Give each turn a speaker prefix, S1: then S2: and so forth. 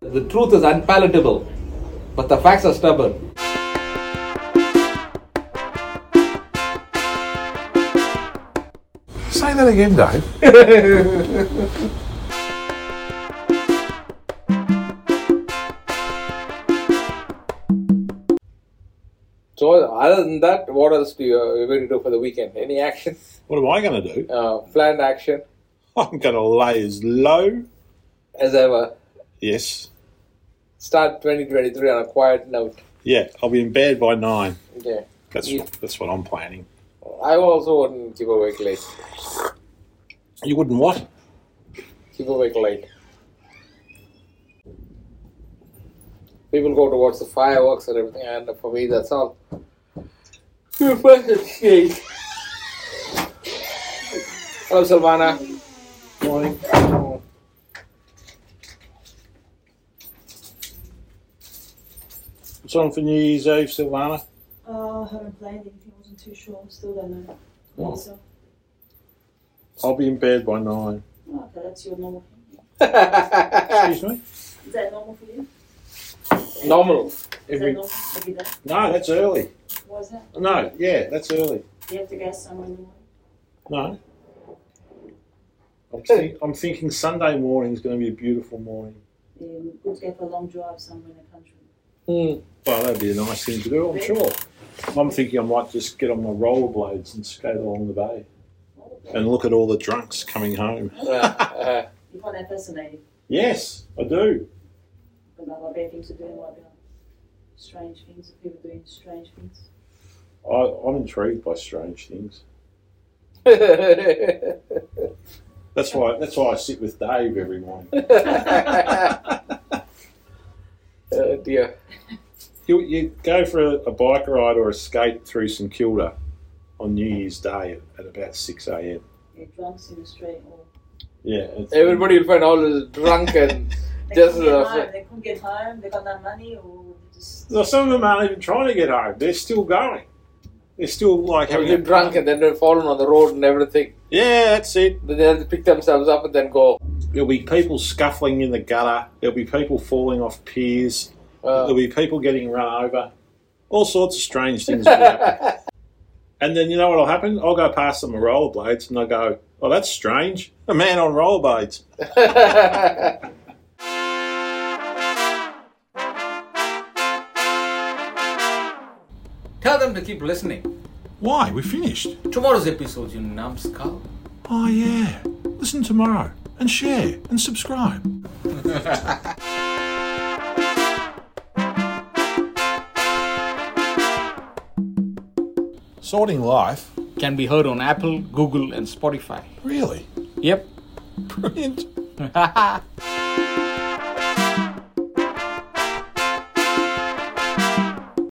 S1: The truth is unpalatable, but the facts are stubborn.
S2: Say that again, Dave.
S1: So, other than that, what else do you, uh, ready to do for the weekend? Any action?
S2: What am I going to do?
S1: Uh, planned action,
S2: I'm going to lay as low.
S1: as ever.
S2: Yes.
S1: Start 2023 on a quiet note.
S2: Yeah, I'll be in bed by nine.
S1: Okay.
S2: That's
S1: Yeah.
S2: that's what I'm planning.
S1: I also wouldn't keep awake late.
S2: You wouldn't what?
S1: Keep awake late. People go towards the fireworks and everything, and for me, that's all. You fucking shit. Hello, Silvana. Morning.
S2: What's on for New Year's Eve, Silvana?
S3: Uh, I haven't planned anything. I wasn't too sure. I'm still don't know. So,
S2: I'll be in bed by nine.
S3: oh, okay, that's your normal.
S2: Excuse me?
S3: Is that normal for you?
S1: Normal.
S3: Is
S2: Every-
S3: that normal? Every day?
S2: No, that's early.
S3: Why is that?
S2: No, yeah, that's early.
S3: You have to go somewhere in the morning.
S2: No. I'm, think, I'm thinking Sunday morning is going to be a beautiful morning.
S3: Yeah, good Um, to go for a long drive somewhere in the country.
S1: Hmm.
S2: Well, that'd be a nice thing to do, I'm sure. I'm thinking I might just get on my rollerblades and skate along the bay
S3: Oh.
S2: and look at all the drunks coming home.
S1: Uh, uh,
S3: You find that fascinating,
S2: Yes, I do.
S3: but like, like bad things to do and like strange things, people doing strange things.
S2: I, I'm intrigued by strange things. That's why. That's why I sit with Dave every morning.
S1: oh dear.
S2: You, you go for a, a bike ride or a skate through St Kilda on New Year's Day at, at about six a.m.
S3: Yeah, drunks in the street or
S2: Yeah, it's-
S1: Everybody will find all is drunk and
S3: they
S1: just.
S3: couldn't get
S1: Uh,
S3: home. They couldn't get home. They got no money or they just
S2: Well, some of them aren't even trying to get home. They're still going. They're still like
S1: have
S2: having
S1: been drunk and then they've fallen on the road and everything.
S2: Yeah, that's it.
S1: Then they have to pick themselves up and then go.
S2: There'll be people scuffling in the gutter. There'll be people falling off piers.
S1: Uh,
S2: There'll be people getting run over. All sorts of strange things will happen. and then you know what'll happen? I'll go past them with rollerblades and I'll go, oh, that's strange. A man on rollerblades.
S4: Tell them to keep listening.
S2: Why? We finished.
S4: Tomorrow's episode, you numbskull.
S2: Oh, yeah. Listen tomorrow and share and subscribe. Sorting life?
S4: Can be heard on Apple, Google, and Spotify.
S2: Really?
S4: Yep.
S2: Brilliant.